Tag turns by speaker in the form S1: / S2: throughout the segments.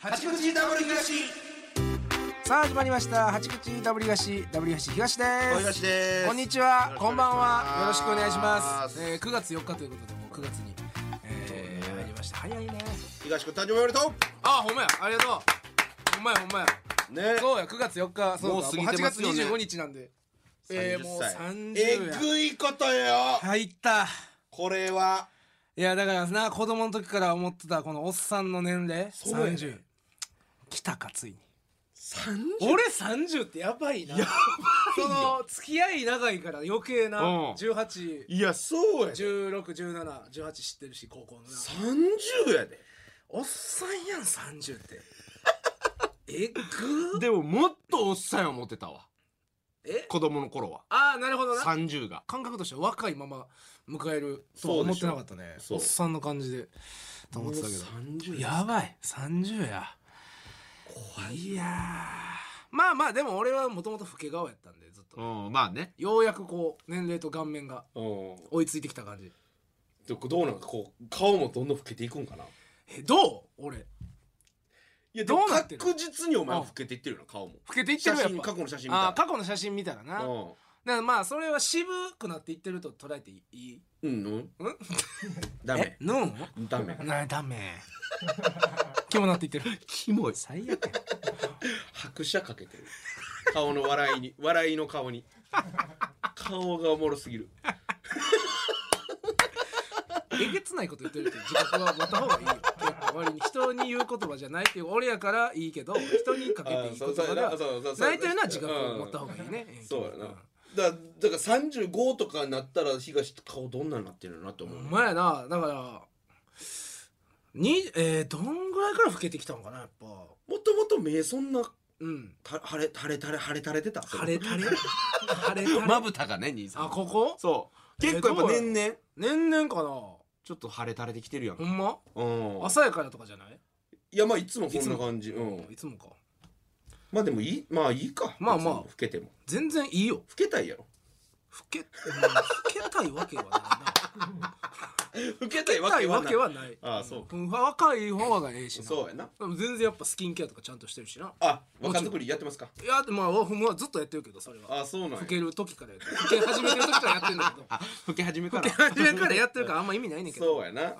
S1: 八口ダブル東
S2: さあ始まりました八口ダブリガシダブリガシ東です
S1: お東です
S2: こんにちはこんばんはよろしくお願いします
S1: よ
S2: え
S1: ろ
S2: ー、
S1: し
S2: 9月4日ということでもう9月に、えー、入りました早いね
S1: 東君誕生日おめでと
S2: あほんまやありがとうほんまやほんまや
S1: うね
S2: そうや9月4日そうか
S3: もう過ぎてますよね
S2: もう8月25日なんでえー、もう30
S1: え
S2: や
S1: ぐいことよ
S2: 入った
S1: これはい
S2: やだからな子供の時から思ってたこのおっさんの年齢
S1: そうやね
S2: 30来たかついに
S1: 三
S2: 俺30ってやばいなやばいその付き合い長いから余計な、
S3: うん
S2: 181617
S1: いやそうや
S2: 18知ってるし高校のな
S1: 三十やで
S2: おっさんやん30って えぐー
S3: でももっとおっさんや思ってたわ
S2: え
S3: 子供の頃は
S2: ああなるほどな
S3: 30が
S2: 感覚としては若いまま迎えるとは
S1: そう
S2: 思
S1: で
S2: っ
S1: してょ
S2: なかったね
S1: そ
S2: お
S1: う
S2: っさんの感じでと思ってたけど
S1: 三十
S2: やばい30や怖いやーまあまあでも俺はもともと老け顔やったんでずっと
S3: うんまあね
S2: ようやくこう年齢と顔面が
S1: うん
S2: 追いついてきた感じ
S1: どどうなんかこう顔もどんどん老けていくんかない
S2: えどう俺
S1: や
S2: どうなってる
S1: 確実にお前
S2: うん
S1: 老けていってるよな顔も
S2: 老けていって
S1: 写
S2: るやっ
S1: 真
S2: ぱ
S1: 過去の写真見
S2: あー
S1: た
S2: 過去の写真見たらな、
S1: ら
S2: だからまあそれは渋くなっていってると捉えていい
S1: うんうん
S2: うん
S1: ダ
S2: え
S1: メ
S2: の
S1: ダメ
S2: なダメ キモなっていってる
S3: キモい
S2: 最悪や
S1: 拍車かけてる顔の笑いに 笑いの顔に顔がおもろすぎる
S2: えげつないこと言ってるって自覚は持った方がいいよ結構割に人に言う言葉じゃないっていう俺やからいいけど人にかけていい言葉が
S1: そうそう
S2: 泣いてるのは自覚を持った方がいいね
S1: うんそうやなだだから35とかになったら東って顔どんなになってるのかなと
S2: お
S1: 思う、
S2: 前やなだからにえー、どんぐらいから老けてきたのかなやっぱ
S1: もともと目そんな
S2: うん
S1: た腫れ腫れ腫れ腫れ腫れてた
S2: 腫れたれ腫れたれ
S3: まぶたがね兄さん
S2: あここ
S3: そう結構やっぱ年々
S2: 年々かな
S3: ちょっと腫れ垂れてきてるやん
S2: ほんま
S1: うん
S2: 朝やからとかじゃない
S1: いやまあいつもこんな感じう
S2: い
S1: ん
S2: つもか
S1: まあでもいいまあいいか
S2: まあまあ
S1: 別に老けても老
S2: 全然いいよ
S1: けたいやろ
S2: 老け うん老けたいわけはないな
S1: 老けたい
S2: 老けたいわけはない
S1: ああそうか
S2: ん若い方がええしな
S1: そうやな
S2: でも全然やっぱスキンケアとかちゃんとしてるしな
S1: あ若作りやってますか
S2: いやまあほんまはずっとやってるけどそれは
S1: あそうなんや
S2: 老ける時からやってる老け始めてる時からやってるん だけど
S3: あ老け始めから
S2: 老け始めからやってるからあんま意味ないねんけど
S1: そうやな、
S2: ん
S1: あ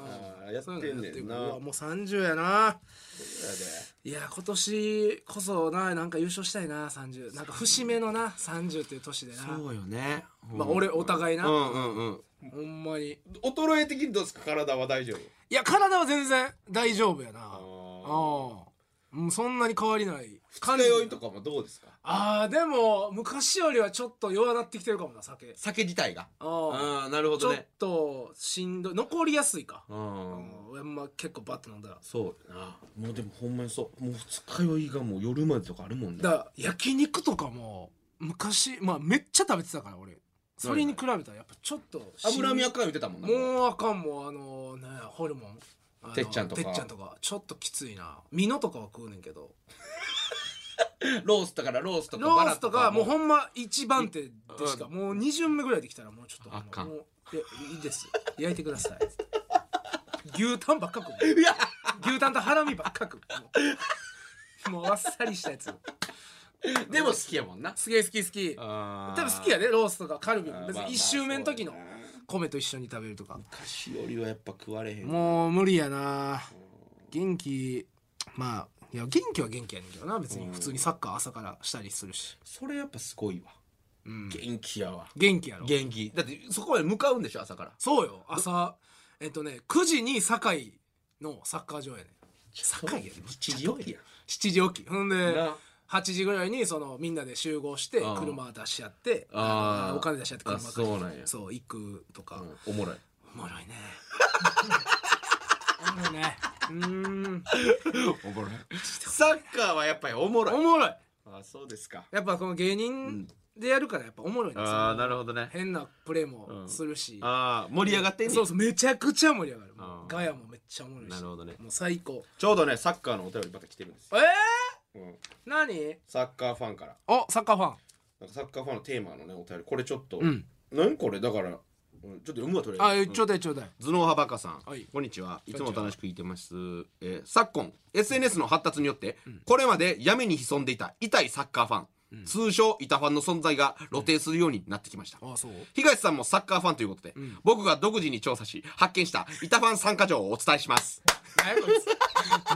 S1: ーやって
S2: そういうんのや
S1: ね
S2: ってる
S1: ん
S2: か
S1: な
S2: らうわもう30やな
S1: そうや
S2: いや今年こそななんか優勝したいな30なんか節目のな30っていう年でな
S3: そうよね
S2: まあ俺お互いな
S3: うんうんうん
S2: ほんまに
S1: で衰え的にどうですか体は大丈夫
S2: いや体は全然大丈夫やなあ
S1: あ
S2: あうんそんなに変わりない
S1: 二日酔いとかもどうですか
S2: ああでも昔よりはちょっと弱なってきてるかもな酒
S3: 酒自体が
S2: ああ
S3: ああなるほ
S2: ちょ
S3: ど
S2: っ
S3: ね
S2: としんどい残りやすいか
S3: う
S2: うんん俺まあ結構バッと飲んだら
S3: そうやな
S1: もうでもほんまにそうもう二日酔いがもう夜までとかあるもんね
S2: だから焼肉とかも昔まあめっちゃ食べてたから俺それに比べたらやっぱちょっと
S1: 脂身
S2: や
S1: 赤い見てたもんな
S2: もうあかんもんあのなんやホルモンあの
S1: てっちゃんとか
S2: てっちゃんとかちょっときついなミノとかは食うねんけど
S1: ロースだからロースとか
S2: ロ
S1: バ
S2: ー
S1: ラ
S2: スとかはもう
S1: う
S2: ほんま一番手でしかもう2巡目ぐらいできたらもうちょっと
S3: あかん
S2: もういやいいです焼いてください牛タンばっか食う
S1: いや
S2: 牛タンとハラミばっか食うもうもうあっさりしたやつ
S3: でも好きやもんな
S2: すげえ好き好き
S3: 多
S2: 多分好きや
S3: ね
S2: でロースとかカルビ
S1: あ
S2: も
S1: ー
S2: 別
S1: まあま
S2: に
S1: あ
S2: 1周目の時の
S1: そうやな
S2: 米と一緒に食べるとか
S1: 昔よりはやっぱ食われへん
S2: もう無理やな元気まあいや元気は元気やねんけどな別に普通にサッカー朝からしたりするし、
S1: それやっぱすごいわ
S2: うん、
S1: 元気やわ
S2: 元気やろ
S3: 元気だってそこまで向かうんでしょ朝から
S2: そうよ朝えっとね9時に堺のサッカー場やねん堺やで
S1: 一時起きや
S2: 7時起きほんで
S1: な
S2: 8時ぐらいにそのみんなで集合して
S3: あー
S2: 車出し合って
S3: あー
S2: お金出し合って車
S3: あそうなんや
S2: そう行くとか、
S1: おもろい
S2: おもろいね おもろいねうーん
S3: お もろいサッカーはやっぱりおもろ
S2: お
S3: い
S2: もろい
S1: あそうですか
S2: やっぱこの芸人でやるからやっぱおもろいね、
S3: ああなる
S2: ほ
S3: ほどね
S2: 変なプレーもするし、
S3: ああ盛り上がってんね
S2: そうそうめちゃくちゃ盛り上がる
S3: あー
S2: ガヤもめっちゃおもろいし
S3: なるほどね
S2: もう最高
S1: ちょうどねサッカーのお便りまた来てるんです
S2: えー、
S1: うん
S2: 何
S1: サッカーファンから
S2: おサッカーファン
S1: なんかサッカーファンのテーマのねお便りこれちょっと、
S2: うん
S1: 何これだからう
S4: うんちょっと読むわとりあえ
S2: あちょうだいちょうだい
S1: 頭脳派バカさん、
S2: はい
S1: こんにちはいつも楽しく聞いてます、えー昨今 SNS の発達によって、これまで闇に潜んでいた痛いサッカーファン、通称痛ファンの存在が露呈するようになってきました、
S2: あそう
S1: 東さんもサッカーファンということで、僕が独自に調査し発見した板ファン参加条をお伝えします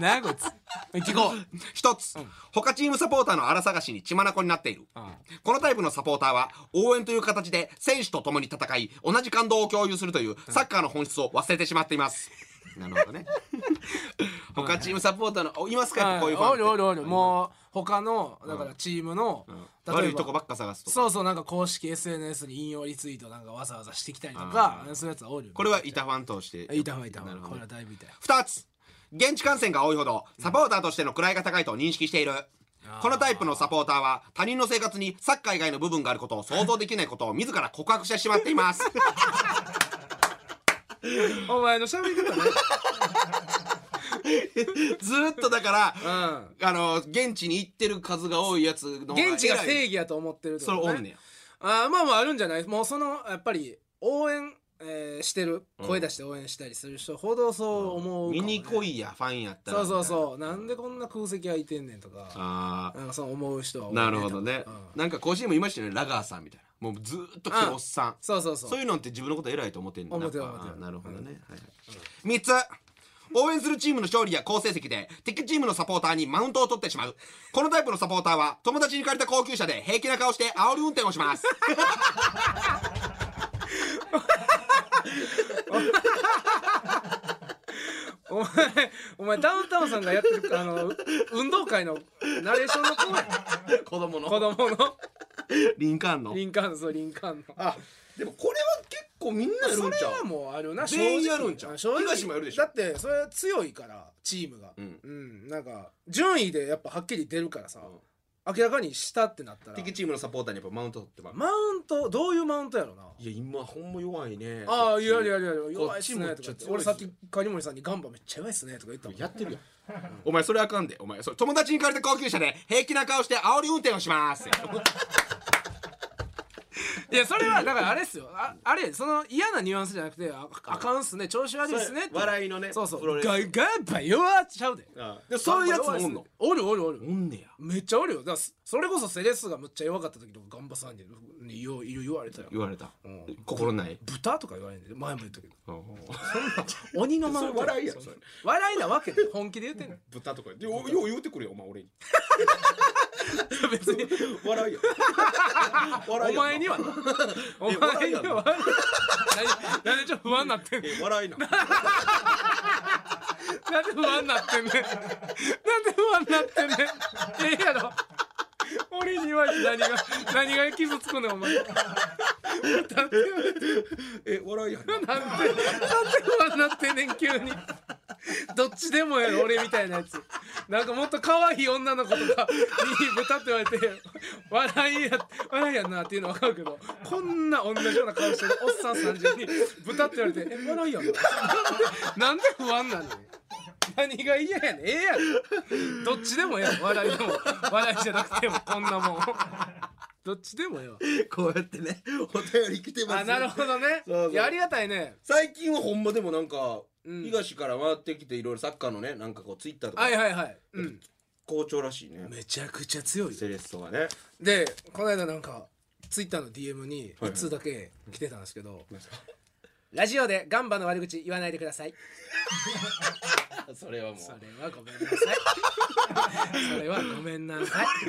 S2: なやこ いつなやこいつ
S1: 聞こう一つ、他チームサポーターの荒探しに血眼になっている
S2: あ
S1: このタイプのサポーターは応援という形で選手と共に戦い同じ感動を共有するというサッカーの本質を忘れてしまっています、 なるほどね他チームサポーターのおいますかやっぱこういうファンっ
S2: お
S1: て
S2: るおるおるもう他のだからチームの
S1: うん悪いとこばっか探すと
S2: そうそうなんか公式 SNS に引用リツイートなんかわざわざしてきたりとかそういうやつはおるよ
S1: これは板ファンとして
S2: いたわいた
S1: な
S2: わ
S1: るほ
S2: こ
S1: ど
S2: れはだいぶ痛い
S1: 2つ現地観戦が多いほどサポーターとしての位が高いと認識している、このタイプのサポーターは他人の生活にサッカー以外の部分があることを想像できないことを自ら告白してしまってい ます
S2: お前の喋り方ね
S1: ずーっとだから
S2: うん
S1: あの現地に行ってる数が多いやつの方偉い
S2: 現地が正義やと思ってるって
S1: そ
S2: こ
S1: れ
S2: と
S1: おんねや
S2: あーまあまああるんじゃないもうそのやっぱり応援、えーしてる声出して応援したりする人ほどそう思うか
S1: 見
S2: もね、
S1: に来いやファンやったら
S2: そうそうそうなんでこんな空席空いてんねんとか
S1: あ
S2: なんかそう思う人は多
S1: あ
S2: いね
S1: なるほどね、
S2: うん
S1: なんか甲子園もいましたよねラガーさんみたいなもうずーっと来てるおっさん
S2: そうそうそう
S1: そういうのって自分のこと偉いと思ってんだ
S2: 思ってる
S1: やぱ
S2: 思ってる
S1: あなるほどね、はいはい三つ応援するチームの勝利や好成績で敵チームのサポーターにマウントを取ってしまうこのタイプのサポーターは友達に借りた高級車で平気な顔して煽り運転をします
S2: お前お前ダウンタウンさんがやってるあの運動会のナレーションの子や
S1: 子供の
S2: 子供の
S1: リンカーンの
S2: リンカーンそうリンカーンの
S4: あでもこれは結構みんなやる
S2: そ
S4: んち
S2: れ
S4: ゃ
S2: は
S4: う
S2: もうあるな
S4: 全員やるんちゃう
S2: 正直
S4: 東もやるでしょ
S2: だってそれは強いからチームが
S1: うん
S2: なんか順位でやっぱはっきり出るからさ、
S4: う
S2: 明らかにしたってなったら
S4: 敵チームのサポーターにやっぱマウント取ってまう
S2: マウントどういうマウントやろない
S4: や今ほんま弱いね
S2: ああいやい
S4: や
S2: やいやいや弱いっすね
S4: こっちもめっ
S2: と
S4: ち
S2: か
S4: ゃ強いっすよ
S2: って俺さっきカニモリさんに「ガンバめっちゃ弱いっすね」とか言ったもん
S4: やってるやん
S1: お前それあかんでお前それ友達に借りた高級車で平気な顔して煽り運転をします
S2: いやそれはだからあれっすよああれその嫌なニュアンスじゃなくてああかんっすね調子悪いっすねって
S4: 笑いのね
S2: そうそ
S4: プロ
S2: う
S4: レス
S2: ガガンバ弱っちゃうで
S4: あでそういうやつもおんの
S2: おるおるおる
S1: おんねや
S2: めっちゃおるよだからそそれこそセレッソがむっちゃ弱かった時とかガンバさんにによう言う言われたよ
S1: 言われた、
S2: ん
S1: 心ない、
S2: 豚とか言われんで前も言ったけど
S1: そ
S2: 鬼のマウント
S4: それ笑いやろそれ
S2: 笑いなわけで本気で言ってんの
S4: 豚 とかでよよう言うてくれよお前俺に
S2: 別に
S4: 笑いや笑いや
S2: お
S4: んな
S2: 前にはなお 前には笑いなんでちょっと不安になってんの
S4: え笑いな
S2: なんで不安になってんねんなんで不安になってんねんええやろ俺に言われて何が何が傷つくねんお前なんで
S4: え笑いやんな
S2: なんで不安になってんねん急にどっちでもやろ俺みたいなやつなんかもっと可愛い女の子とかに豚って言われて笑いや笑いやんなっていうの分かるけどこんな同じような顔してるおっさん3人に豚って言われてえ笑いやんななんで不安なの何が嫌やねんええやろどっちでもええやろ笑いでも笑いじゃなくてもこんなもんどっちでもええわ
S4: こうやってねお便り来て
S2: あなるほどね
S4: そうそう
S2: いやありがたいね
S4: 最近はほんまでもなんか、
S2: うん
S4: 東から回ってきていろいろサッカーのねなんかこうツイッターとか
S2: はいはいはい、うん、
S4: 好調らしいね
S2: めちゃくちゃ強いよ
S4: セレッソがね
S2: でこの間なんかツイッターの DM に
S4: はい
S2: 1通だけ来てたんですけど、
S4: なんすか
S2: ラジオでガンバの悪口言わないでください
S4: それはもう
S2: それはごめんなさい それはごめんなさい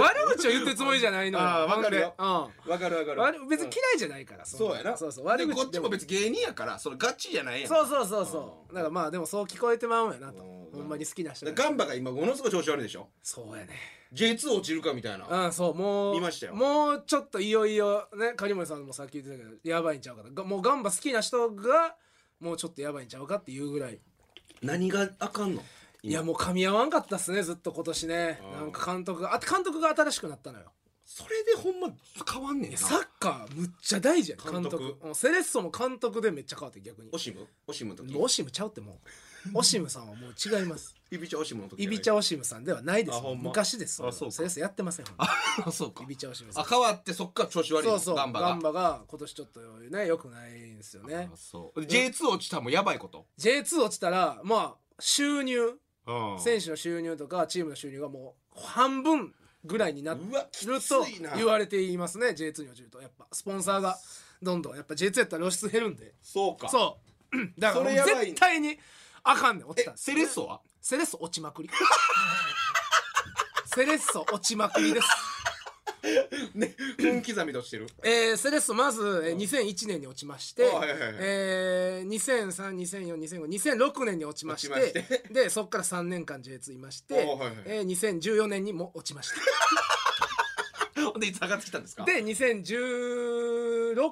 S2: 悪口を言ってるつもりじゃないのよ
S4: あーわかるよ
S2: ほんで
S4: わかるわか
S2: うん
S4: る
S2: 悪別に嫌いじゃないから、
S4: うん
S2: そん
S4: そうやな
S2: そうそう悪
S1: で
S2: 口
S1: こっちも別に芸人やからそれガチじゃないやん
S2: そうそうそうそうだからまあでもそう聞こえてまうんやなと
S4: うん
S2: ほんまに好きな人
S4: だからガンバが今ものすごい調子悪いでしょ
S2: そうやね
S4: J2 落ちるかみたいな
S2: うんそうもう
S4: 見ましたよ
S2: もうちょっといよいよね狩森さんもさっき言ってたけどやばいんちゃうかながもうガンバ好きな人がもうちょっとやばいんちゃうかっていうぐらい
S4: 何があかんの
S2: いやもう噛み合わんかったっすねずっと今年ね
S4: うん
S2: なんか監督があ監督が新しくなったのよ
S1: それでほんま
S3: 変わんねんな
S2: サッカーむっちゃ大事や監
S1: 監督
S2: 督うんセレッソも監督でめっちゃ変わって逆に
S1: オシムオシムの時
S2: もうオシムちゃうってもうオシムさんはもう違います
S1: イビチャオシムの時
S2: イビチャ
S1: オ
S2: オシムさんではないです
S1: あほんま
S2: 昔です
S1: あそうか
S2: セレッソやってませんほんま
S3: そうか
S2: イビチャオ シムさん
S3: あ変わってそっから調子悪い
S2: そ
S3: の
S2: うそう
S3: ガ
S2: ガ
S3: ン
S2: ン
S3: バ
S2: バ
S3: が
S2: が今年ちょっとね良くないんですよね
S3: あそう J2 落ちたらもうやばいこと
S2: J2 落ちたらまあ収入
S3: うん
S2: 選手の収入とかチームの収入がもう半分ぐらいになって
S1: うわきつ
S2: ると
S1: いな
S2: 言われていますね J2 に落ちるとやっぱスポンサーがどんどんやっぱ J2 やったら露出減るんで
S1: そうか
S2: そうだから
S1: そ
S2: もう
S1: れやばいね
S2: 絶対にあかんねん落ち
S3: え
S2: たら
S3: セレッソは
S2: セレッソ落ちまくり セレッソ落ちまくりです
S1: ね分刻みとしてる
S2: えー、セレッソまず、えー、2001年に落ちまして、
S1: あはいはいはい
S2: えー、2003、2004、2005、2006年に落ちまして
S1: 落ちまし
S2: でそこから3年間 J2 いまして、
S1: あはいはい
S2: えー、2014年にも落ちました
S3: ほんでいつ上がってきたんです か
S2: で2016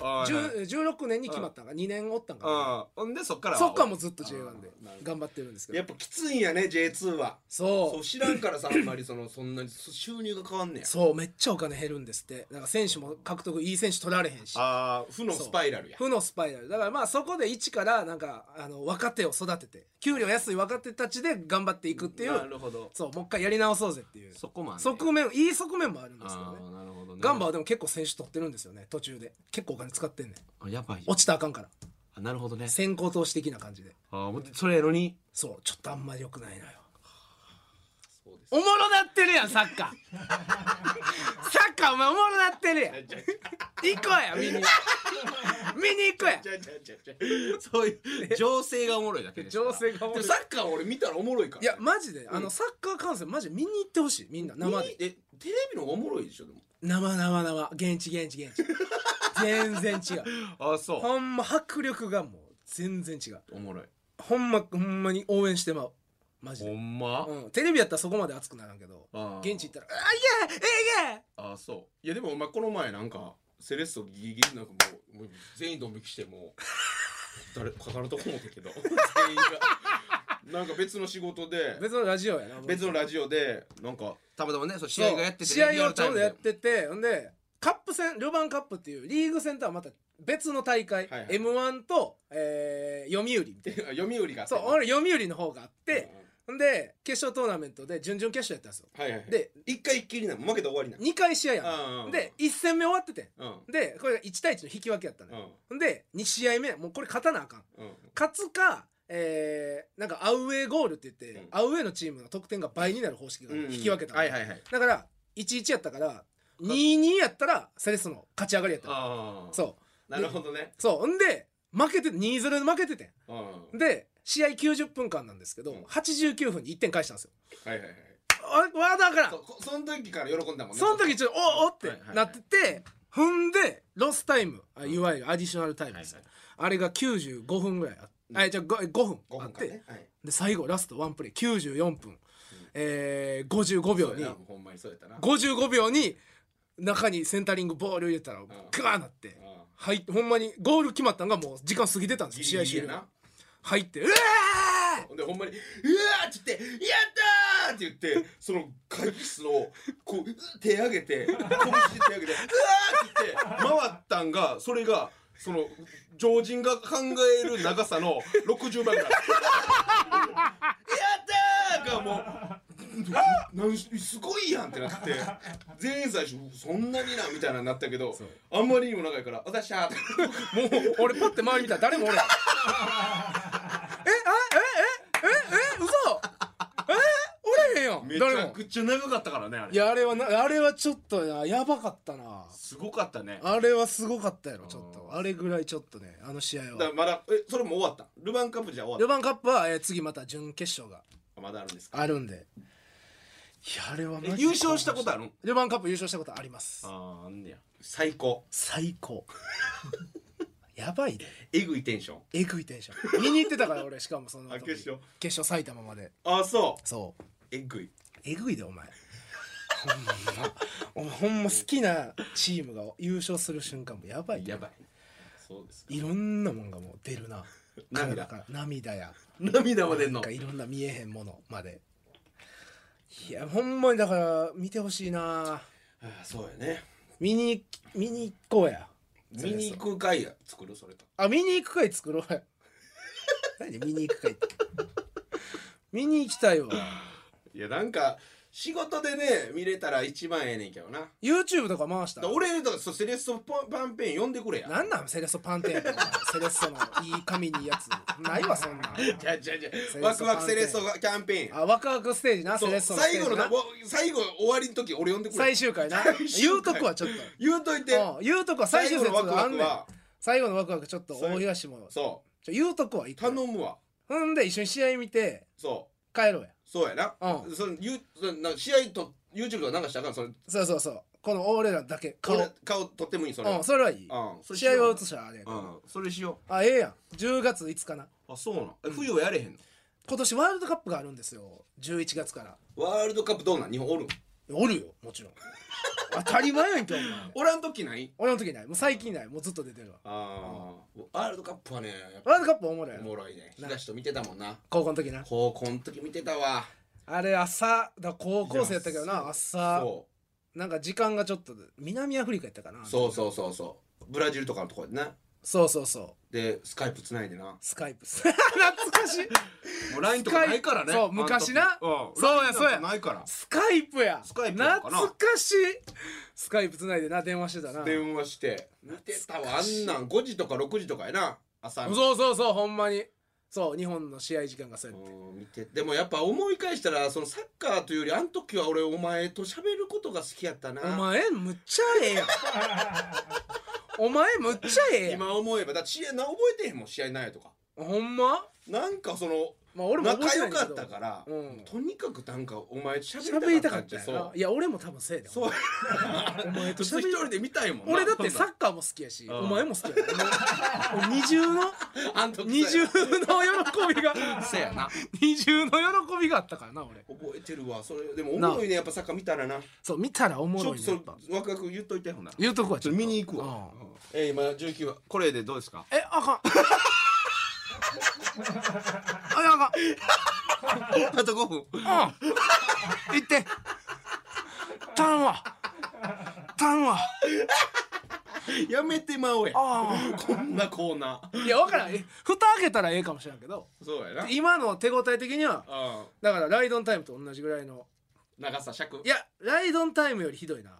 S1: はいはい
S2: 16年に決まったんか2年おったん
S3: う
S2: か
S3: んほんでそっか
S2: な
S3: ら
S2: そっからもうずっと J1 で
S1: あーなるほど
S2: 頑張ってるんですけ
S1: や
S2: ど
S1: っぱきついんやね J2 はそ
S2: そう
S1: 知らんからさあんまりそのそんなにそ収入が変わんね
S2: う
S1: や
S2: そうめっちゃお金減るんですってだから選手も獲得いい選手取られへんし
S1: ああ負のスパイラルや
S2: 負のスパイラルだからまあそこで一からなんかあの若手を育てて給料安い若手たちで頑張っていくっていう
S1: なるほど
S2: そうもう一回やり直そうぜっていう
S3: そこまで
S2: 側面いい側面もあるんですけど
S3: あ
S2: ね
S3: ーなるほどね
S2: ガンバはでも結構選手取ってるんですよね途中で結構お金使ってんねん
S3: あやばい
S2: 落ちたらあかんから
S3: あなるほどね
S2: 先行投資的な感じで
S3: あーほんでそれやのに
S2: そうちょっとあんまり良くないのよ
S1: そうです
S2: おもろなってるやんサッカー サッカーお前おもろなってるやん
S1: じゃ
S2: 行こうや見に見 に行こうや
S1: じゃじゃじゃじゃ
S3: そういう情勢がおもろいだけですから
S2: 情勢がおもろ
S1: でも
S2: い
S1: サッカー俺見たらおもろいから
S2: いやマジであのサッカー観戦マジで見に行ってほしいみんな生で
S1: えテレビの方がおもろいでしょでも
S2: 生生生現地現 地現地全然違う
S3: あそう
S2: ほんま迫力がもう全然違う
S3: おもろい
S2: ほんまほんまに応援してまうマジ
S3: ほ
S2: で、
S3: んま
S2: うん、テレビやったらそこまで熱くならんけど
S3: あー
S2: 現地行ったら「あいけえいけ!」
S1: あそういやでもお前この前なんかセレッソギリギリなんかもうもう全員ドン引きしても う誰かかるとこ思ったけど全員がなんか別の仕事で
S2: 別のラジオやな
S1: 別のラジオでなんか
S3: たまたまねそう試合がやっててね
S2: そう
S3: リ
S2: 試
S3: ア
S2: 合を
S3: ル
S2: ち
S3: タイ
S2: ょ
S3: ム
S2: うど
S3: で
S2: やっててほんでカップ戦ルヴァンカップっていうリーグ戦とはまた別の大会、
S1: はいはい
S2: m 1と、えー、読売みたい
S1: で 読売が
S2: なそう俺読売の方があって、ほんで決勝トーナメントで準々決勝やったんですよ
S1: はいはいはい
S2: で
S1: 一回きりなの負けたら終わりな
S2: 2回試合や
S1: うんうんうん
S2: んで1戦目終わってて
S1: の
S2: んでこれが1対1の引き分けやった
S1: う
S2: の
S1: んう
S2: よ
S1: ん
S2: ほんで2試合目もうこれ勝たなあかん
S1: うん
S2: 勝つかえー、なんかアウェーゴールって言って、
S1: うん
S2: アウェーのチームの得点が倍になる方式が
S1: うん
S2: 引き分けたの、
S1: はいはいはい
S2: だから1-1やったから2-2やったらセレッソの勝ち上がりやったの
S1: ああ
S2: そう
S1: なるほどね
S2: うそうほんで負けて2-0で負けてて
S1: うんは
S2: んで試合90分間なんですけど、
S1: うん
S2: 89分に1点返したんですよ
S1: いはいはい
S2: あわだからん
S1: そこその時から喜んだもんね
S2: その時ちょっとおおっ
S1: は
S2: て
S1: いはいはい
S2: なってて踏んでロスタイムあいわゆるアディショナルタイムですよあれが95分ぐらいあっ
S1: うん
S2: あじゃあ 5, 分
S1: 5
S2: あっ
S1: 分間
S2: て
S1: ねはい
S2: で最後ラストワンプレー94分えー55秒
S1: そう
S2: に
S1: やなほんまにそうやったな
S2: 55秒に中にセンタリングボール入れたらクワーなって
S1: うん
S2: はいほんまにゴール決まったんがもう時間過ぎてたんですよ試合
S1: ギリギ
S2: 終
S1: リ
S2: 了
S1: やな
S2: 入ってうわー
S1: ほんでほんまに「うわ!」って言って「やったー!」って言ってその会議室のこううっ手上げて拳で手上げて「うわ!」って言って回ったんがそれがその常人が考える長さの60倍ぐらい「やったー!」がもうなんすごいやんってなって全員最初そんなになみたいなになったけどあんまりにも長いから「あたしゃー」って
S2: もう俺パッて周り見たら誰もおらんえあえええええ嘘えおれへんよ
S1: めち
S2: 誰
S1: ゃ
S2: も
S1: くちゃ長かったからねあ
S2: い
S1: れ
S2: やあれはなあれはちょっとなやばかったな
S1: すごかったね
S2: あれはすごかったやろちょっとあれぐらいちょっとねあの試合
S1: だから
S2: は
S1: まだえそれも終わったルヴァンカップじゃ終わった
S2: ルヴァンカップは、えー次また準決勝が
S1: まだあるんですか
S2: あるんでいやあれはマジ
S3: 優勝したことあ
S2: る
S3: るん
S2: ルヴァンカップ優勝したことあります
S3: あーあんねや
S1: 最高
S2: 最高 やばいで
S1: えぐいテンション
S2: えぐいテンション見に行ってたから俺しかもその時
S1: あ決勝
S2: 決勝埼玉まで
S1: あそう
S2: そう
S1: えぐい
S2: えぐいでお前ほんま お前ほんま好きなチームが優勝する瞬間もやばい
S1: やばいそうです
S2: いろんなもんがもう出るな体
S1: 涙
S2: から涙や
S1: 涙までん
S2: な
S1: の
S2: んかいろんな見えへんものまでいやほんまにだから見てほしいな
S1: ああそうやね
S2: 見に見に行こうや
S1: 見に行く会や作るそれと
S2: あ見に行く会作ろう や何見に行く会って見に行きたいわ
S1: いやなんか仕事でね見れたら一番ええねんけどな
S2: YouTube とか回した
S1: だ俺だからそうセレッソパパンペン呼んでくれや
S2: なんなんセレッソパンテーンとかセレッソのいい髪にいいやつないわそんなん
S1: じゃじゃじゃ
S2: ソ
S1: ワクワクセレッソがキャンペーンや
S2: あワクワクステージな
S1: そ
S2: セレ
S1: う
S2: ッソのステ
S1: 最
S2: ージ
S1: 後の
S2: な
S1: なもう最後終わりの時俺呼んでくれ
S2: 最終回な
S1: 最終回
S2: 言うとくわちょっと
S1: 言うといて
S2: うん言うとこは最終節
S1: のワク
S2: あ
S1: ワ
S2: ん
S1: ク
S2: ねん
S1: は
S2: 最後のワクワクちょっと大東も
S1: そ
S2: ちょ言うとこは一
S1: う
S2: 個
S1: 頼むわ
S2: ほんで一緒に試合見て
S1: そう
S2: 帰ろうや
S1: そうやな
S2: う
S1: そのゆそのな試合と YouTube が流したらあかんそれ
S2: そうそうそうこの俺らだけ顔
S1: 俺顔撮ってもいいそれ
S2: うんそれはいい
S1: うんそれし
S2: 試合
S1: よ
S2: は
S1: う
S2: 映したらあれやけど
S1: うんそれしよ
S2: あええやん10月5日な
S1: うあそうなんえ冬はやれへんの
S2: 今年ワールドカップがあるんですよ11月から
S1: ワールドカップどうなん日本おるん
S2: おるよもちろん 当たり前やんけお前
S1: おらん時ない
S2: 俺の時ないもう最近ないもうずっと出てるわ
S1: ああワールドカップはねやっぱ
S2: ワールドカップおもろいや
S1: お
S2: ろ
S1: もろいね
S2: な
S1: 東と見てたもんな
S2: 高校の時な
S1: 高校の時見てたわ
S2: あれ朝だ高校生やったけど
S1: い
S2: な
S1: や
S2: 朝
S1: そ
S2: なんか時間がちょっと南アフリカやったかな
S1: うそうそうそうそうブラジルとかのとこでな
S2: そうそうそう
S1: でスカイプつないでなも
S2: スカイプ 懐かしいう
S1: LINE とかないからね
S2: そう
S1: あの時
S2: 昔なんそうや
S1: LINE
S2: そうや
S1: なんかないから
S2: スカイプや
S1: スカイプなの
S2: 懐
S1: かな
S2: かしいスカイプつないでな電話してたな
S1: 電話して見てたわあんなん5時とか6時とかやな朝の
S2: そうそうそうほんまにそう日本の試合時間がそうやって
S1: うん見てでもやっぱ思い返したらそのサッカーというよりあの時は俺お前と喋ることが好きやったな
S2: お前むっちゃええ やんお前むっちゃええやん
S1: 今思えばだって試合な覚えてへんもん試合ないとか
S2: ほんま
S1: なんかその
S2: まあ俺も覚えてな
S1: 仲良
S2: いけど
S1: かったから、
S2: うん
S1: とにかくなんかお前喋
S2: 喋り
S1: り
S2: たか
S1: たか
S2: っ
S1: った
S2: や
S1: たんや
S2: な
S1: ない
S2: や俺も多分せえで
S1: そう
S2: お前と
S1: ずっ
S2: 喋
S1: と一
S2: り
S1: 人で見たいもんな
S2: 俺だってサ
S1: さ
S2: ッカーも好きやし
S1: うん
S2: お前も好き やろもうもう二重の
S1: あんと
S2: 二重の喜びが
S1: せやな
S2: 二重の喜びがあったからな俺
S1: 覚えてるわそれでもおもろいねやっぱサッカー見たらな
S2: そう見たらおも
S1: ち
S2: ろ
S1: ょっ
S2: い
S1: と
S2: ね
S1: そ
S2: や
S1: れ
S2: っぱ
S1: ワクワク言っといてほな
S2: 言うとこはちょっと
S1: 見に行くわ
S2: うん
S1: えー今19話これでどうです か
S2: えあかん あ
S3: あと5分
S2: あかんうん行って頼むわ頼むわ
S1: やめてまおうや
S2: あ
S1: こんなコーナー
S2: いや分からんえ蓋開けたらええかもしれんけど
S1: そうやな
S2: 今の手応え的には
S1: うん
S2: だからライドンタイムと同じぐらいの
S1: 長さ尺
S2: いやライドンタイムよりひどい な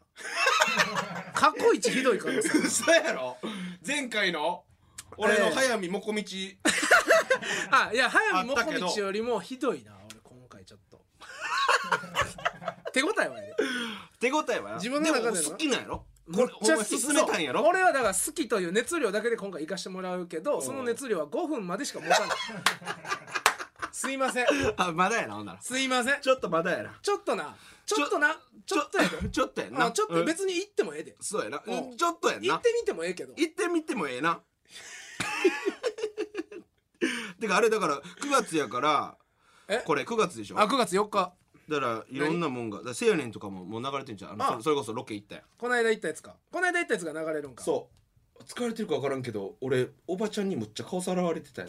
S2: 過去一ひどい可能性ある
S1: 嘘やろ前回の俺
S2: え
S1: の
S2: え
S1: 早見もこみち
S2: あいや早見も
S1: あったけど
S2: こみちよりもひどいな俺今回ちょっと 手応えはやで
S3: 手応えはな
S2: 自分の中でな
S3: も好きなんやろ
S2: む
S3: こ
S2: っ
S3: れお
S2: ちゃ
S3: 前
S2: 好き
S3: 勧めたんや
S2: そう
S3: ろ
S2: 俺はだから好きという熱量だけで今回行かしてもらうけどその熱量は5分までしか持たない すいません
S3: あまだやなほんなら
S2: すいません
S3: ちょっとまだやな
S2: ちょっとなちょっとなちょっとやで
S3: ちょっとやん
S2: あ
S3: な
S2: ちょっ
S3: う
S2: と
S3: ん
S2: 別に行ってもええで
S3: そうやな
S2: うん
S3: うんちょっとやん
S2: 行
S3: な
S2: ってみてもええけど
S3: 行ってみてもええな てかあれだから9月やから
S2: え
S3: これ9月でしょ
S2: あ9月4日
S3: だからいろんなもんがだから青年とかももう流れてんじゃんあの
S2: あ
S3: それそれこそロケ行ったやん
S2: この間行ったやつかこの間行ったやつが流れるんか
S1: そう疲れてるか分からんけど俺おばちゃんにむっちゃ顔さらわれて たよ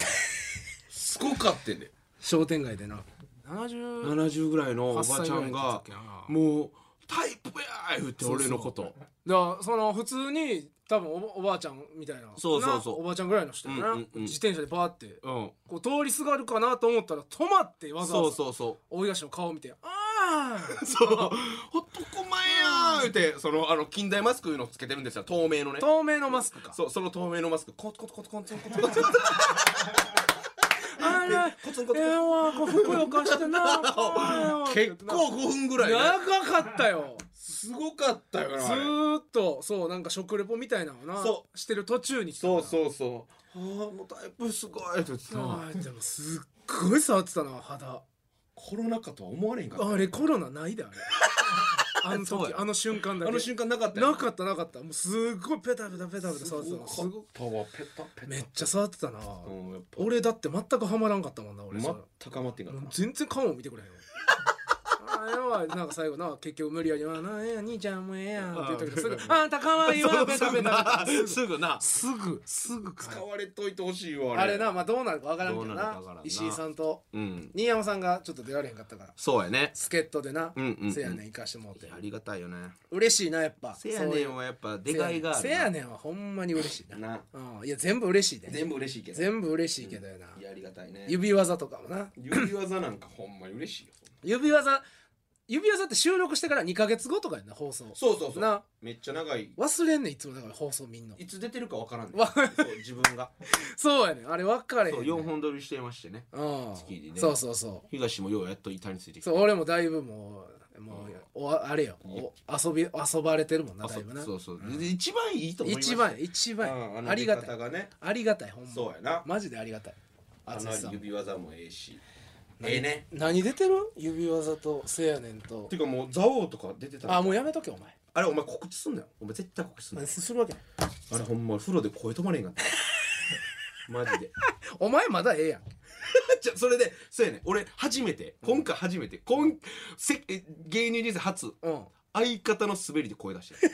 S1: すごかってね
S2: 商店街でな70
S1: 70ぐらいのお
S2: お
S1: ばちゃんがもうタイプやー言って俺のこと
S2: だからその普通に多分おばおばあちゃんみたいな
S3: そうそうそう
S2: なおばあちゃんぐらいの人やな、
S3: うんうんうん
S2: 自転車でバーって
S1: うん
S2: こう通りすがるかなと思ったら止まってわざ
S3: そ
S2: わ
S3: う
S2: ざ
S3: そうそ
S2: 大東の顔を見て「あ
S3: うそう
S1: 男前やー言ってそのあの近代マスクいうのつけてるんですよ透明の
S2: あ
S1: ね
S2: 透明のマスクか」
S1: そうその透明のマスクコツコツコツコツコツコツコツ
S2: あら
S1: コツコ
S2: ええ
S1: ツ
S2: わこうふくよかしてな あら
S1: 結構5分ぐらいね
S2: 長かったよ
S1: すごかったよ
S2: ず
S1: なあれ
S2: ーっとそうなんか食レポみたいなのな
S1: そ
S2: してる途中に来た
S1: そう
S2: う
S1: そうそうああもうタイプすごいって言ってた
S2: あーでもすっごい触ってたな肌
S1: コロナ禍とは思われへんかった
S2: あれコロナないであれあの
S3: そう
S2: 時
S3: や
S2: あの瞬間だけ
S1: あの瞬間なかったよ
S2: なかったなかったもうすっごいペタペタペタペタ触ってたなす
S1: す
S2: ご
S1: ごパワーペタペタ
S2: めっちゃ触ってたな、
S1: うんやっぱ
S2: 俺だって全くハマらんかったもんな俺
S1: 全く余ってんかっ
S2: も
S1: た
S2: う
S1: な
S2: 全然顔も見てくれへんよあえはなんか最後な結局無理やり「あなええやん兄ちゃんもうええやん」って言ったけどすぐ「あんたかわいいわベタベタ」
S3: すぐな
S2: すぐ
S3: すぐ
S1: 使われといてほしいわ
S2: あれなまあどうなるかわからんけど
S3: どうなるか
S2: な
S3: わからんな
S2: 石井さんと
S3: うん
S2: 新山さんがちょっと出られへんかったから
S3: そうやね
S2: 助っ人でな
S3: うんうんうん
S2: せやねん行かしてもうて
S3: ありがたいよね
S2: 嬉しいなやっぱ
S3: せや
S2: そう
S3: ね
S2: いうん
S3: はやっぱでかいがあ
S2: せ
S3: る
S2: やねんはほんまに嬉しいな
S3: な
S2: うんいや全部嬉しいで
S1: 全部嬉しいけど
S2: 全部嬉しいけどやない
S1: やありがたいね
S2: 指技とかもな
S1: 指技なんかほんまに嬉しいよ
S2: 指技指技って収録してから2か月後とかやんな放送
S1: そうそうそう
S2: な
S1: めっちゃ長い
S2: 忘れんねんいつもだから放送みんない
S1: つ出てるかわからんね
S2: わ
S1: そう自分が
S2: そうやねんあれ分かれへん
S3: そ
S2: ね
S3: うん4本撮りしてましてね
S2: うん
S3: 月にね
S2: そうそうそ
S3: 東もようやっと板についてき
S2: うそう俺もだいぶもうもうおあれよお遊び遊ばれてるもんな
S3: あ
S2: だ
S3: そ
S2: いぶな
S3: そうそうで一番いいと思います
S2: 一番や一
S1: う
S2: 番や
S1: ん
S2: ありが
S1: あ
S2: たい
S1: の出方がね
S2: ありがたいほんま
S1: そうやな
S2: マジでありがたい
S1: あ
S2: 淳さ
S1: の
S2: ん
S1: 指技もええしええね
S2: 何出てる指技とせやねんと
S1: ていうかもう蔵王とか出てたの
S2: あもうやめとけお前
S1: あれお前告知すんなよお前絶対告知すんなよ
S2: するわけない
S1: あれほんま風呂で声止まれへんかった マジで
S2: お前まだええやん
S3: じゃそれでそうやね俺初めて今回初めて今せえ芸人人生初
S2: うん
S3: 相方の滑りで声出してる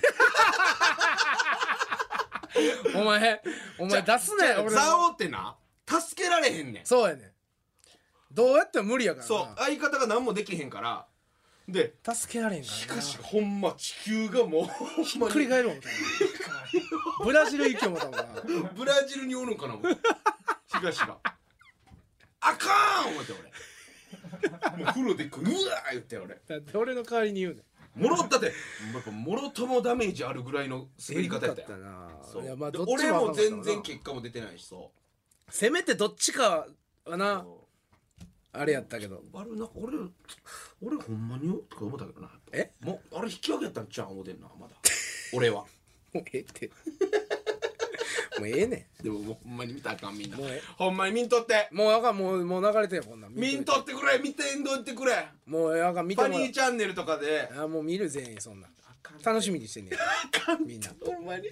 S2: お前 お前出すなよ俺の
S3: ザオってな助けられへんねん
S2: そうやねんどうやっても無理やから
S3: そう
S2: な
S3: 相方が何もできへんからで
S2: 助けられんからな
S1: しかしほんま地球がもうほん
S2: ひっ
S1: ま
S2: くり
S1: に
S2: 返るもんな ブラジル行きよもたもんな
S3: ブラジルにおるんかな思って東があかん思って
S1: もう風呂でこううわー言って俺
S2: だって俺の代わりに言うねん
S3: 俺もろだってやっぱもろともダメージあるぐらいの滑り方やったよ
S2: えぐかった
S3: そ
S2: ないや
S3: う
S2: まあ
S3: で
S2: どっち
S3: 俺
S2: も
S3: も
S2: あかんかった
S3: 全
S2: な
S3: 然結果も出てないしそ
S2: せめてどっちかは
S3: う
S2: な
S3: そ
S2: あれやったけど
S3: うあれなんか俺俺ほんまによとか思ったけどな
S2: え
S3: もうあれ引き上げたんちゃう思てんなまだ俺は
S2: もうええってもうええね
S3: でももうほんまに見たらあかんみんなん
S2: もうえ
S3: ほんまに見んとって
S2: えもうあかんもうもう流れてよこんなん
S3: 見んとってくれ見てんとってくれ
S2: もうええあかん見て
S3: パ
S2: も
S3: ニ
S2: ら
S3: ーチャンネルとかで
S2: うあもう見る全員そんなん
S3: あかん
S2: 楽しみにしてんねんみんな
S3: ほんまに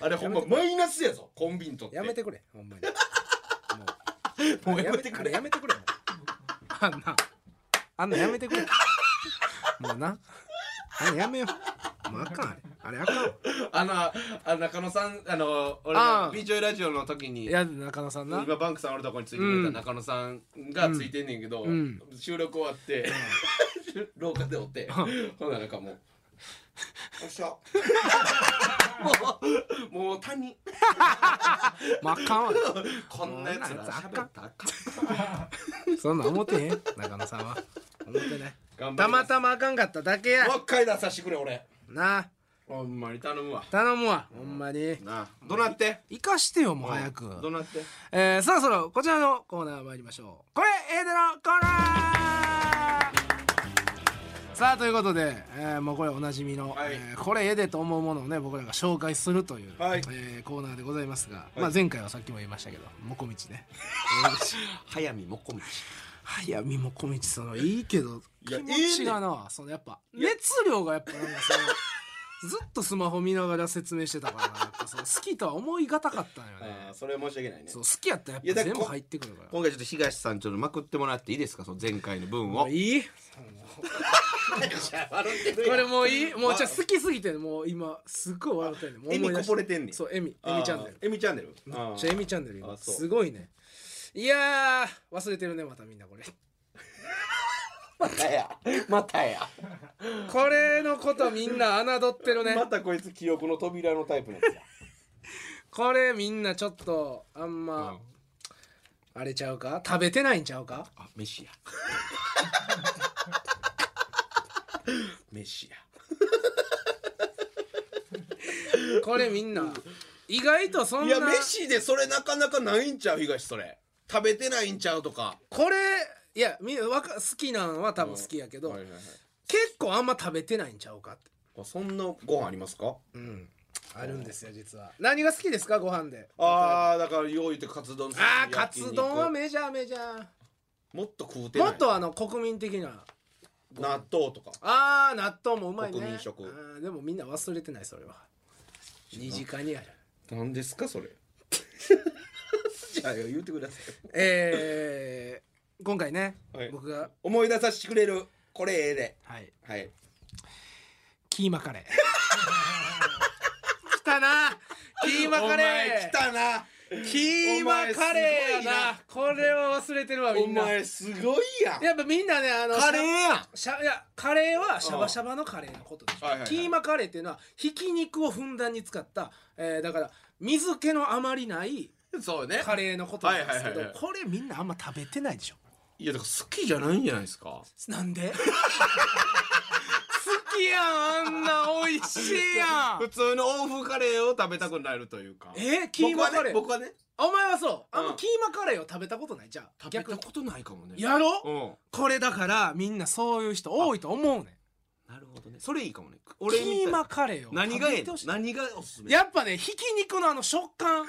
S3: あれほんまマイナスやぞコンビにとって
S2: やめてくれほんまに
S3: も
S2: も
S3: う
S2: う
S3: やめてくれ
S2: あやめてくれもうあんなあんなやめてくれもうなあんなやめようもうあかんあれあれあかんわ
S3: あのあ中野さんあの俺
S2: あ
S3: の
S2: あ
S3: ビーチョイラジオの時に
S2: いや中野さんな
S3: 今バンクさんおるとこについてくれた中野さんがついてんねんけど、
S2: ん
S3: 収録終わって、廊下でおって、ほんならなんかもう「よ っしゃ」もうもう他人
S2: まああかんわ
S3: こんなやつら
S2: あか
S3: 喋
S2: ん
S3: ったらあかん
S2: そんなん思ってへん中野さんは思ってない
S3: 頑張ります
S2: たまたまあかんかっただけや
S3: もう一回出させてくれ俺
S2: なあ
S3: ほんまに頼むわ
S2: 頼むわほんまに
S3: なあどなって
S2: 生かしてよもう早く
S3: どなって
S2: えー、そろそろこちらのコーナー参りましょうこれエーデのコーナーさあということで、えーもうこれおなじみの、
S1: はい
S2: えーこれエデと思うものをね僕らが紹介するという、
S1: はい
S2: えーコーナーでございますが、まあ、前回はさっきも言いましたけどもこみちね
S3: 早見もこみち
S2: 早見もこみちそのいいけど
S1: や
S2: 気持ちがなそのやっぱ熱量がやっぱなんかそのず っとスマホ見ながら説明してたからなやっぱその好きとは思いがたかったのよね
S1: あーそれは申し訳ないね
S2: そう好きやったら
S1: い
S2: や
S1: や
S2: っぱ
S1: だから
S2: 全部
S1: こ
S2: 入ってくるから
S3: 今回ちょっと東さんちょっとまくってもらっていいですかその前回の分を
S2: もういいこれもういいもうじゃあ好きすぎてもう今すっごい笑ってんねんもう
S1: エミ
S2: 思い出
S1: こ
S2: し
S1: ぼれてんねん
S2: そうエミエミチャンネル
S1: エミチャンネルあ
S2: じゃあエミチャンネル今
S1: あそう
S2: すごいねいやー忘れてるねまたみんなこ れ
S3: またやまたや
S2: これのことみんな侮ってるね
S1: ーまたこいつ記憶の扉のタイプなんだ
S2: これみんなちょっとあんまあれちゃうか食べてないんちゃうか
S3: あ飯 や飯や
S2: これみんな意外とそん
S1: い
S2: な
S1: や飯でそれなかなかないんちゃう東それ
S3: 食べてないんちゃうとか
S2: これいやみわか好きなんは多分好きやけど、結構あんま食べてないんちゃうかって
S1: あそんなご飯ありますか
S2: うんあるんですよ実は何が好きですかご飯であ
S1: ああだからよう言ってカツ丼
S2: あーカツ丼は
S1: も
S2: メジャーメジャ
S1: っと食うて
S2: ー
S1: ない
S2: もっとあの国民的な
S1: 納豆とか
S2: あー納豆もうまいね
S1: 国民食
S2: あーでもみんな忘れてないそれは身近 にある
S1: 何ですか それじゃあ言うてください
S2: えー、今回ね、
S1: はい
S2: 僕が
S1: 思い出させてくれるこれええで
S2: はい
S1: はい
S2: キーマ カレー来たなキーマカレー
S1: お前来たな
S2: キーマカレーやなこれは忘れてるわみ
S1: お
S2: んな
S1: 前すごいやん
S2: やっぱみんなねあの
S3: カレーやん
S2: しゃいやカレーはシャバシャバのカレーのことでしょ、
S1: はいはいはい
S2: キーマカレーっていうのはひき肉をふんだんに使った、えーだから水気のあまりない
S1: そうね
S2: カレーのことなんですけど、
S1: はいはいはいはい
S2: これみんなあんま食べてないでしょ
S1: いやだから好きじゃないん じゃないですか
S2: なんで好きやんあんな美味しいや
S1: 普
S2: ん
S1: 通の欧風カレーを食べたくなるというか
S2: えー、キーマカレー、
S1: 僕はね僕はね
S2: あお前はそうあん
S1: う
S2: ま
S1: ん
S2: キーマカレーを食べたことないじゃあ
S1: 食べ
S2: 逆
S1: た
S2: に
S1: ことないかもね
S2: やろ、
S1: うん
S2: これだからみんなそういう人多いと思うねん
S1: なるほどねそれいいかもね
S2: キ
S1: 俺みたい
S2: ーマカレーを
S1: 何がえ
S2: 食べて
S1: えの
S2: ほしい
S1: 何がおすすめ
S2: やっぱねひき肉のあの食 感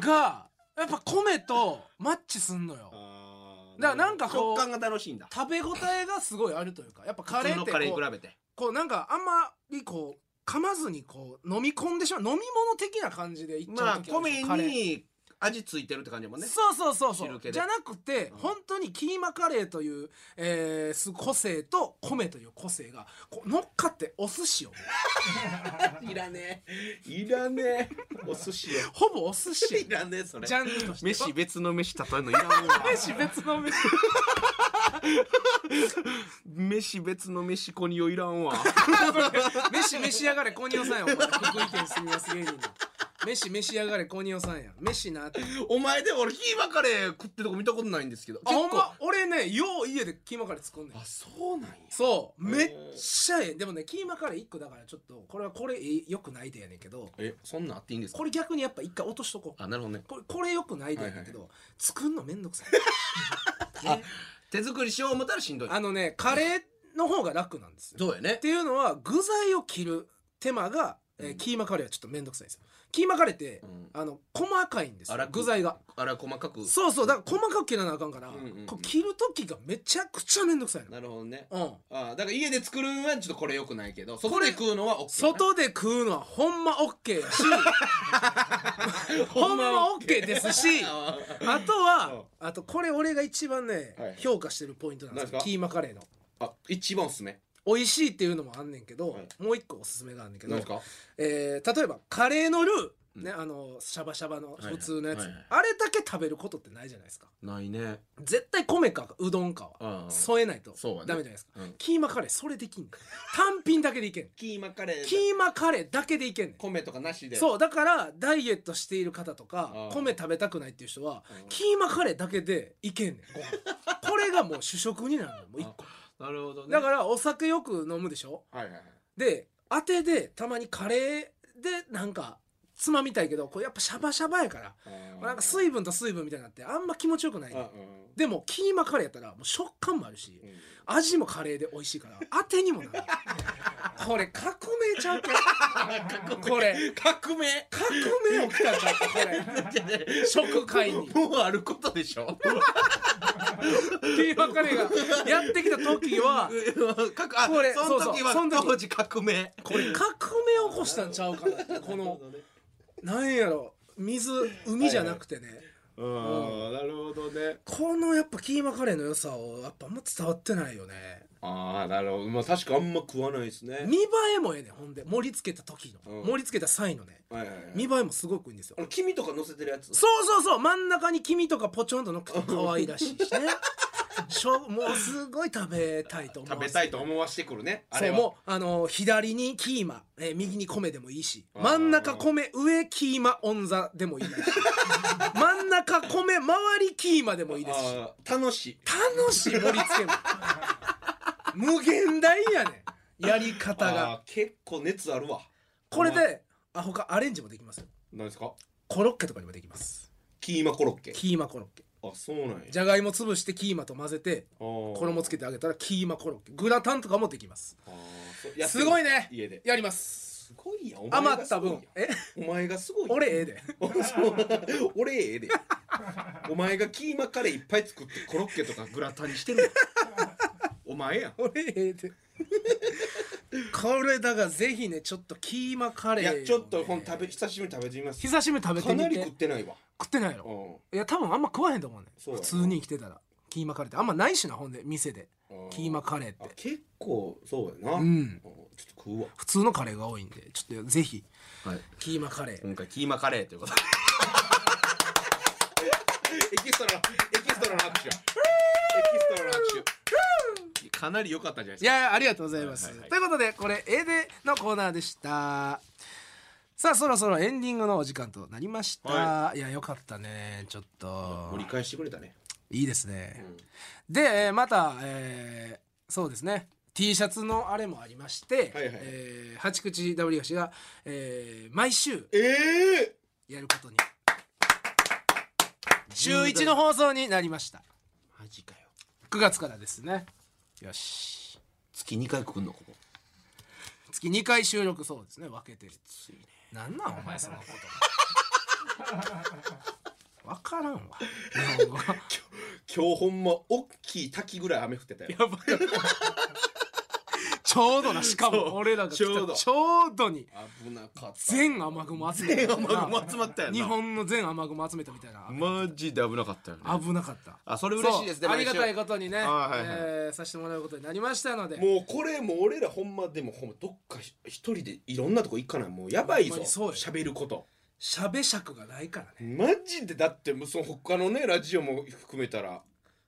S2: がやっぱ米とマッチすんのよ
S1: あー
S2: だからなんかこう
S1: 食感が楽しいんだ
S2: 食べ応えがすごいあるというかやっぱカ
S1: 普
S2: レーっ
S1: 通の
S2: て
S1: カレー
S2: こ
S1: に
S2: う
S1: 比べて
S2: こうなんかあんまりこう噛まずにこう飲み込んでしまう飲み物的な感じでいっち
S1: ま
S2: ゃ
S1: あ
S2: う時るで
S1: 米
S2: しょカレー
S1: に味ついてるって感じもね
S2: そうそうそうそ
S1: 汁
S2: う
S1: 気で
S2: じゃなくて、
S1: うん
S2: 本当にキーマカレーという、えーす個性と米という個性がこう乗っかってお寿司を
S1: いらねえいらねえお寿司よ
S2: ほぼお寿 司や
S1: いらねえそれ
S2: ジャンルとして
S3: 飯別の飯例えるのいらんわ
S2: 飯別の飯
S3: 飯別の飯子によいらんわ
S2: 飯召し上がれコニオさんやお前福井県住みやす芸人の飯召し上がれコニオさんや飯なって
S1: お前でも俺キーマカレー食ってるとこ見たことないんですけど
S2: あ
S1: 結
S2: ほん
S1: 構
S2: ま俺ねよう家でキーマカレー作んねん
S1: あそうなんや
S2: そう
S1: へー
S2: めっちゃええでもねキーマカレー1個だからちょっとこれはこれよくないでやねんけど
S1: えそんなんあっていいんです
S2: これ逆にやっぱ一回落としとこう
S1: あなるほどね
S2: これこれよくないでやねんけど、作んのめんどくさい
S1: 手作りしよう思ったらしんどい
S2: あのねカレーの方が楽なんですよ
S1: そうやね
S2: っていうのは具材を切る手間が、えー
S1: うん
S2: キーマカレーはちょっとめんどくさいですよキーマカレーって、
S1: うん
S2: あの細かいんですよ
S1: 粗く
S2: 具材が
S1: あら細かく
S2: そうそうだから細かく切らなあかんから、
S1: うんうんうん
S2: こう切る時がめちゃくちゃめんどくさいの、
S1: なるほどね
S2: うん、
S1: あだから家で作るんはちょっとこれよくないけど外
S2: これ
S1: で食うのは OK
S2: 外で食うのはほんま OK やしほんま OK ですしあ
S1: あ
S2: とはあとこれ俺が一番ね、
S1: はい
S2: 評価してるポイントなんですよ
S1: 何ですか
S2: キーマカレーの
S1: あ一番おすすめ
S2: 美味しいっていうのもあんねんけど、
S1: はい
S2: もう一個おすすめがあんねんけど
S1: 何ですか
S2: えー例えばカレーのルー、
S1: うん
S2: ねあのシャバシャバの
S1: いはい
S2: 普通のやつ、
S1: はいはい
S2: あれだけ食べることってないじゃないですか
S1: ないね
S2: 絶対米かうどんかは
S1: あ
S2: 添えないと
S1: そうやね
S2: ダメじゃないですか、
S1: うん
S2: キーマカレーそれできんねん単品だけでいけんねん
S1: キーマカレー
S2: キーマカレーだけでいけんねん
S1: 米とかなしでう
S2: そうだからダイエットしている方とか
S1: うん
S2: 米食べたくないっていう人は
S1: うん
S2: キーマカレーだけでいけんねんご 飯これがもう主食になるのもう一個
S1: なるほど
S2: だかららお酒よく飲むでしょ
S1: はいはいはい
S2: で当てでたまにカレーでなんかつまみたいけどこれやっぱシャバシャバやから
S1: あー
S2: なんか水分と水分みたいになってあんま気持ちよくない、
S1: あうん
S2: でもキーマカレーやったらもう食感もあるし
S1: うん
S2: 味もカレーで美味しいから当てにもなるこれ革命ちゃう かこれ
S1: 革命
S2: 革命起きたんちゃうかこれ食会に
S1: もうあることで しょ
S2: キーマカレーがやってきた時は
S1: 革あ
S2: これ
S1: その時は
S2: そうそうその時
S1: 当時革命
S2: これ革命起こしたんちゃうかなこのなんやろ水海じゃなくてね、
S1: うんなるほどね
S2: このやっぱキーマカレーの良さをやっぱあんま伝わってないよね
S1: ああなるほどまあ確かあんま食わないですね
S2: 見栄えもええねんほんで盛り付けた時の、
S1: うん
S2: 盛り付けた際のね
S1: はいはいはい
S2: 見栄えもすごくいいんですよ
S1: あの黄身とか乗せてるやつ
S2: そうそうそう真ん中に黄身とかポチョンとのっか可愛らしいしね しょもうすごい食べたいと思う
S1: 食べたいと思わしてくるねあ
S2: そ
S1: れ
S2: う
S1: は
S2: もうあの左にキーマ、えー右に米でもいいし
S1: あー
S2: 真ん中米上キーマオンザでもいい ですし真ん中米周りキーマでもいいですし
S1: あー楽しい
S2: 楽しい盛り付 けも無限大やねんやり方が
S1: あー結構熱あるわ
S2: これであ他アレンジもできますよ
S1: 何ですか
S2: コロッケとかにもできます
S1: キーマコロッケ
S2: キーマコロッケ
S1: あそうなんや
S2: じゃがいも潰してキーマと混ぜて衣つけ
S1: て
S2: てあげたらキーマコロッケグラタンとかもできますすごいね
S1: 家で
S2: やります
S1: すごいやんお前
S2: 余
S1: が
S2: っ
S1: す
S2: た
S1: ごいやん
S2: 分 え
S1: お前がすごいやん
S2: 俺ええで
S1: そう俺ええでお前がキーマカレーいっぱい作ってコロッケとかグラタンにしてるやんお前やん
S2: 俺ええで これだがぜひねちょっとキーマカレ
S1: い
S2: ーを
S1: や
S2: ね、
S1: ちょっとほん食べ久しぶりに食べてみます
S2: 久しぶりに食べて
S1: か
S2: み
S1: な
S2: て
S1: り食ってないわ
S2: 食ってないや
S1: う
S2: ろ
S1: ん
S2: いや多分あんま食わへんと思うね
S1: そうや
S2: 普
S1: な
S2: 通に生きてたらキーマカレーってあんまないしなほんで店でキーマカレーって
S1: あ結構そうやな、
S2: うん
S1: ちょっと食うわ
S2: 普通のカレーが多いんでちょっとぜひ
S3: はい
S2: キーマカレー
S3: 今回キーマカレーということで
S1: エキストラのエキストラの拍手やエキストラの拍手かなり良かったんじ
S2: い
S1: ゃないです
S2: やいやありがとうございます、
S1: はいはいはい
S2: ということでこれ A でのコーナーでしたさあそろそろエンディングのお時間となりました、、
S1: はい
S2: やよかったねちょっ
S1: か
S2: と
S1: 盛り返してくれたね、
S2: いいですね、
S1: うん
S2: でえーまた、えーそうですね T シャツのあれもありまして、
S1: はいはい
S2: えー八口 W がしが、えー毎週
S1: ええ
S2: やることに週一の放送になりました
S1: マジかよ
S2: 9月からですねよし
S3: 月2回来んのここ
S2: 月2回収録そうですね分けてるなんなんお前そのこ とわからんわ日本語
S1: 今日ほんま大きい滝ぐらい雨降ってたよ
S2: やばかったちょうどなしか
S1: そう
S2: も俺らが来た
S1: ちょうど
S2: ちょうどに
S1: 危なかった
S2: 全雨雲集めた
S3: 雨雲集まったやんな
S2: 日本の全雨雲集めたみたいな
S3: マジで危なかったよね
S2: 危なかった
S3: あそれ嬉しいですね
S2: そうあり
S3: 毎週
S2: がたいことにね、
S3: はいはいはい
S2: えーさせてもらうことになりましたので
S1: もうこれもう俺らほんまでもほんまどっかひ一人でいろんなとこ行かないもうやばいぞ
S2: ほんまにそうよ
S1: 喋ること
S2: しゃべしゃくがないからね
S1: マジでだってもうその他のねラジオも含めたら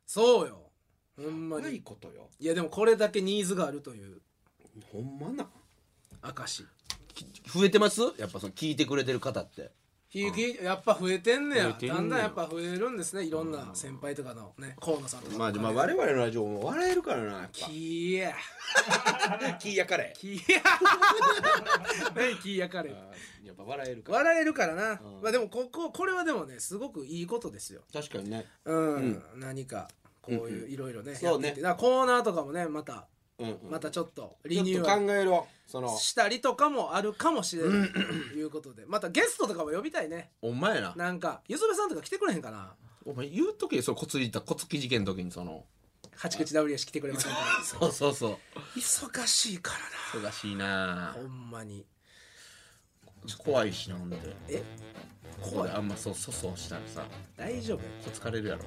S2: そうよほんま
S1: ない
S2: に
S1: ことよ
S2: いやでもこれだけニーズがあるという
S1: ほんまな
S2: 証
S3: 増えてますやっぱその聞いてくれてる方って
S2: ひゆきやっぱ増えてんね
S3: 増え
S2: や
S3: てんね
S2: だ
S3: や
S2: んだんやっぱ増えるんですねいろんな先輩とかのね河野さんとか
S1: まあ、まあ、
S2: あ
S1: 我々のラジオも笑えるからなやっ
S2: キーヤ
S1: ぱキーやカレ
S2: キーヤ何キーヤカレー
S1: ーやっぱ笑えるから
S2: 笑えるからな、
S1: うん
S2: まあでもこここれはでもねすごくいいことですよ
S1: 確かにね
S2: うん、
S1: うん
S2: 何かこういういろいろね、やってい
S1: そうね
S2: ってだからコーナーとかもねまた
S1: うん、
S2: またちょっと
S1: ち
S2: リ
S1: ょ
S2: ニ
S1: っ
S2: ュ
S1: と考
S2: ーアル
S1: えろその
S2: したりとかもあるかもしれないということでまたゲストとかも呼びたいね
S3: お前な
S2: なんかゆずべさんとか来てくれへんかな
S3: お前言うときそのコツいたコツ記事件の時にその
S2: 八口 W し来てくれま せんか
S3: そうそうそう
S2: 忙しいか
S3: 忙しいな
S2: らなほんまに
S3: 怖いしなほんで
S2: え
S3: 怖いあんまそう粗相したらさ
S2: 大丈夫
S3: こつかれるやろ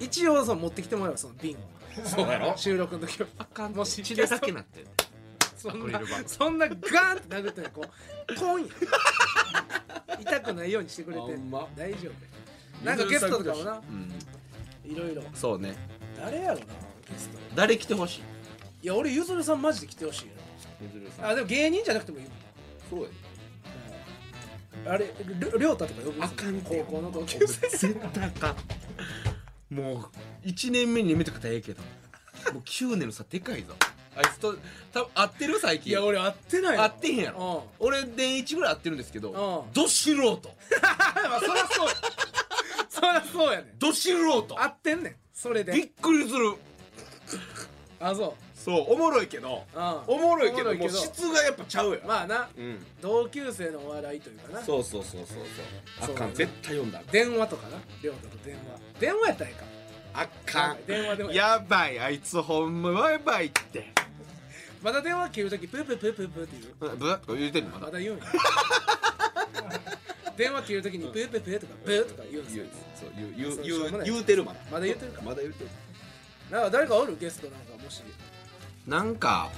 S2: 一応その持ってきてもらえばその瓶を
S3: そうやろ
S2: 収録の時は あかんもし
S3: 血だらけなって
S2: そ
S3: アク
S2: ん
S3: リ
S2: な
S3: ル板
S2: そんなガーンって殴ったらこうコ ンや痛くないようにしてくれて
S1: ほんま
S2: 大丈夫 なんかゲストとかもな
S3: うん
S2: いろいろ
S3: そうね
S2: 誰やろなゲスト
S3: 誰来てほしい
S2: いや俺ゆずるさんマジで来てほしい
S1: ゆずるさ
S2: なあでも芸人じゃなくてもいい
S1: そうや
S2: あれりょうたとか呼ぶ
S3: あかん
S2: 高
S3: て
S2: 校の同級生
S3: 絶対あかんもう1年目に見てくたらええけどもう9年の差でかいぞあいつと多分合ってる最近
S2: いや俺会ってないの
S3: 合ってへんやろ
S2: うん
S3: 俺年1ぐらい合ってるんですけど
S2: うん
S3: ど素人
S2: まあそりゃそうや そりゃそうやねん
S3: ど素人
S2: 合ってんねんそれ
S3: びっ
S2: で
S3: くりする
S2: あそう
S1: そうおもろいけど
S2: うん
S1: おもろいけ
S2: お
S1: ど
S2: もろ
S1: もう質がやっぱちゃうよ、
S2: まあな
S1: うん
S2: 同級生のお笑いというかな
S1: そうそうそうそうそうあかん絶対読んだら
S2: 電話とかなりょうたと電話電話やったらいいか
S1: あか
S2: 電話でも
S3: ん
S2: いい
S3: やばいあいつほんまやばいって
S2: まだ電話切るときプープープープープーって言う
S3: ブッとか言うてんのま
S2: ま
S3: だ
S2: だ言うんや電話切るときにプープープーとかブーとか言うんです
S1: 言
S2: よ
S1: うそう言う言う
S2: そうしょうもな
S1: 言う
S2: い
S1: 言うてるまだ
S2: まだ言うてるか
S1: まだ言うてる
S2: なんか誰かおるゲストなんかもし
S3: なんか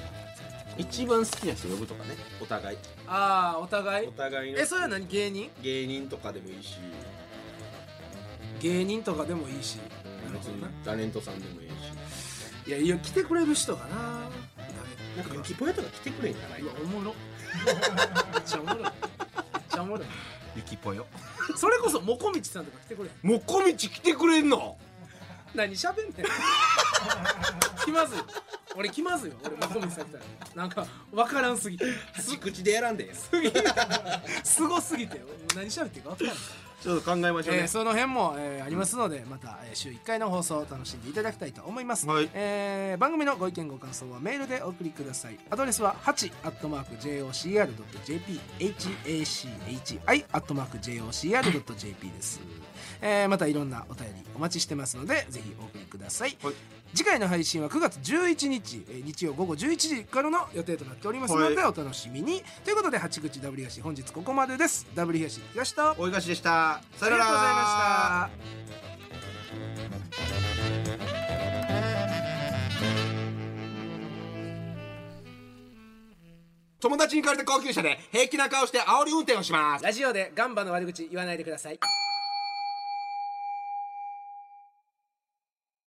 S3: 一番好きな人呼ぶとかね
S1: お互い
S2: ああお互い
S1: お互いの
S2: えそれは何芸人
S1: 芸人とかでもいいし
S2: 芸人とかでもいいし
S1: う
S2: な
S1: ん
S2: る
S1: 別
S2: ほど
S1: に
S2: な
S1: タレントさんでもいいし
S2: いやいや来てくれる人かな
S1: なんか雪ぽよとか来てくれんかな
S2: うわお
S1: 今
S2: もろめっちゃおもろいめっちゃおもろい
S3: ゆきぽよ
S2: それこそもこみちさんとか来てくれ
S3: もこみち来てくれんの
S2: 何しゃべんねん気まずい俺気まずいわ俺もこみちさん来たらなんか分からんすぎて
S1: 端口で選んでや
S2: すぎてすごすぎてもう何しゃべっていいか分からん
S3: ちょっと考えましょう
S2: え
S3: ね
S2: ー、その辺も、えーありますので、また、えー週1回の放送を楽しんでいただきたいと思います、
S3: はい
S2: えー番組のご意見ご感想はメールでお送りくださいアドレスは 8-jocr.jphhi-jocr.jp です、えーまたいろんなお便りお待ちしてますのでぜひお送りください、
S3: はい
S2: 次回の配信は9月11日、えー日曜午後11時からの予定となっておりますので、
S3: は
S2: お楽しみにということで八口 W 東本日ここまでです W 東東と
S3: おいがしでしたさ
S2: あ
S3: よ
S2: り
S3: なら
S2: がとうございました。
S1: 友達に借りた高級車で平気な顔して煽り運転をします
S2: ラジオでガンバの悪口言わないでください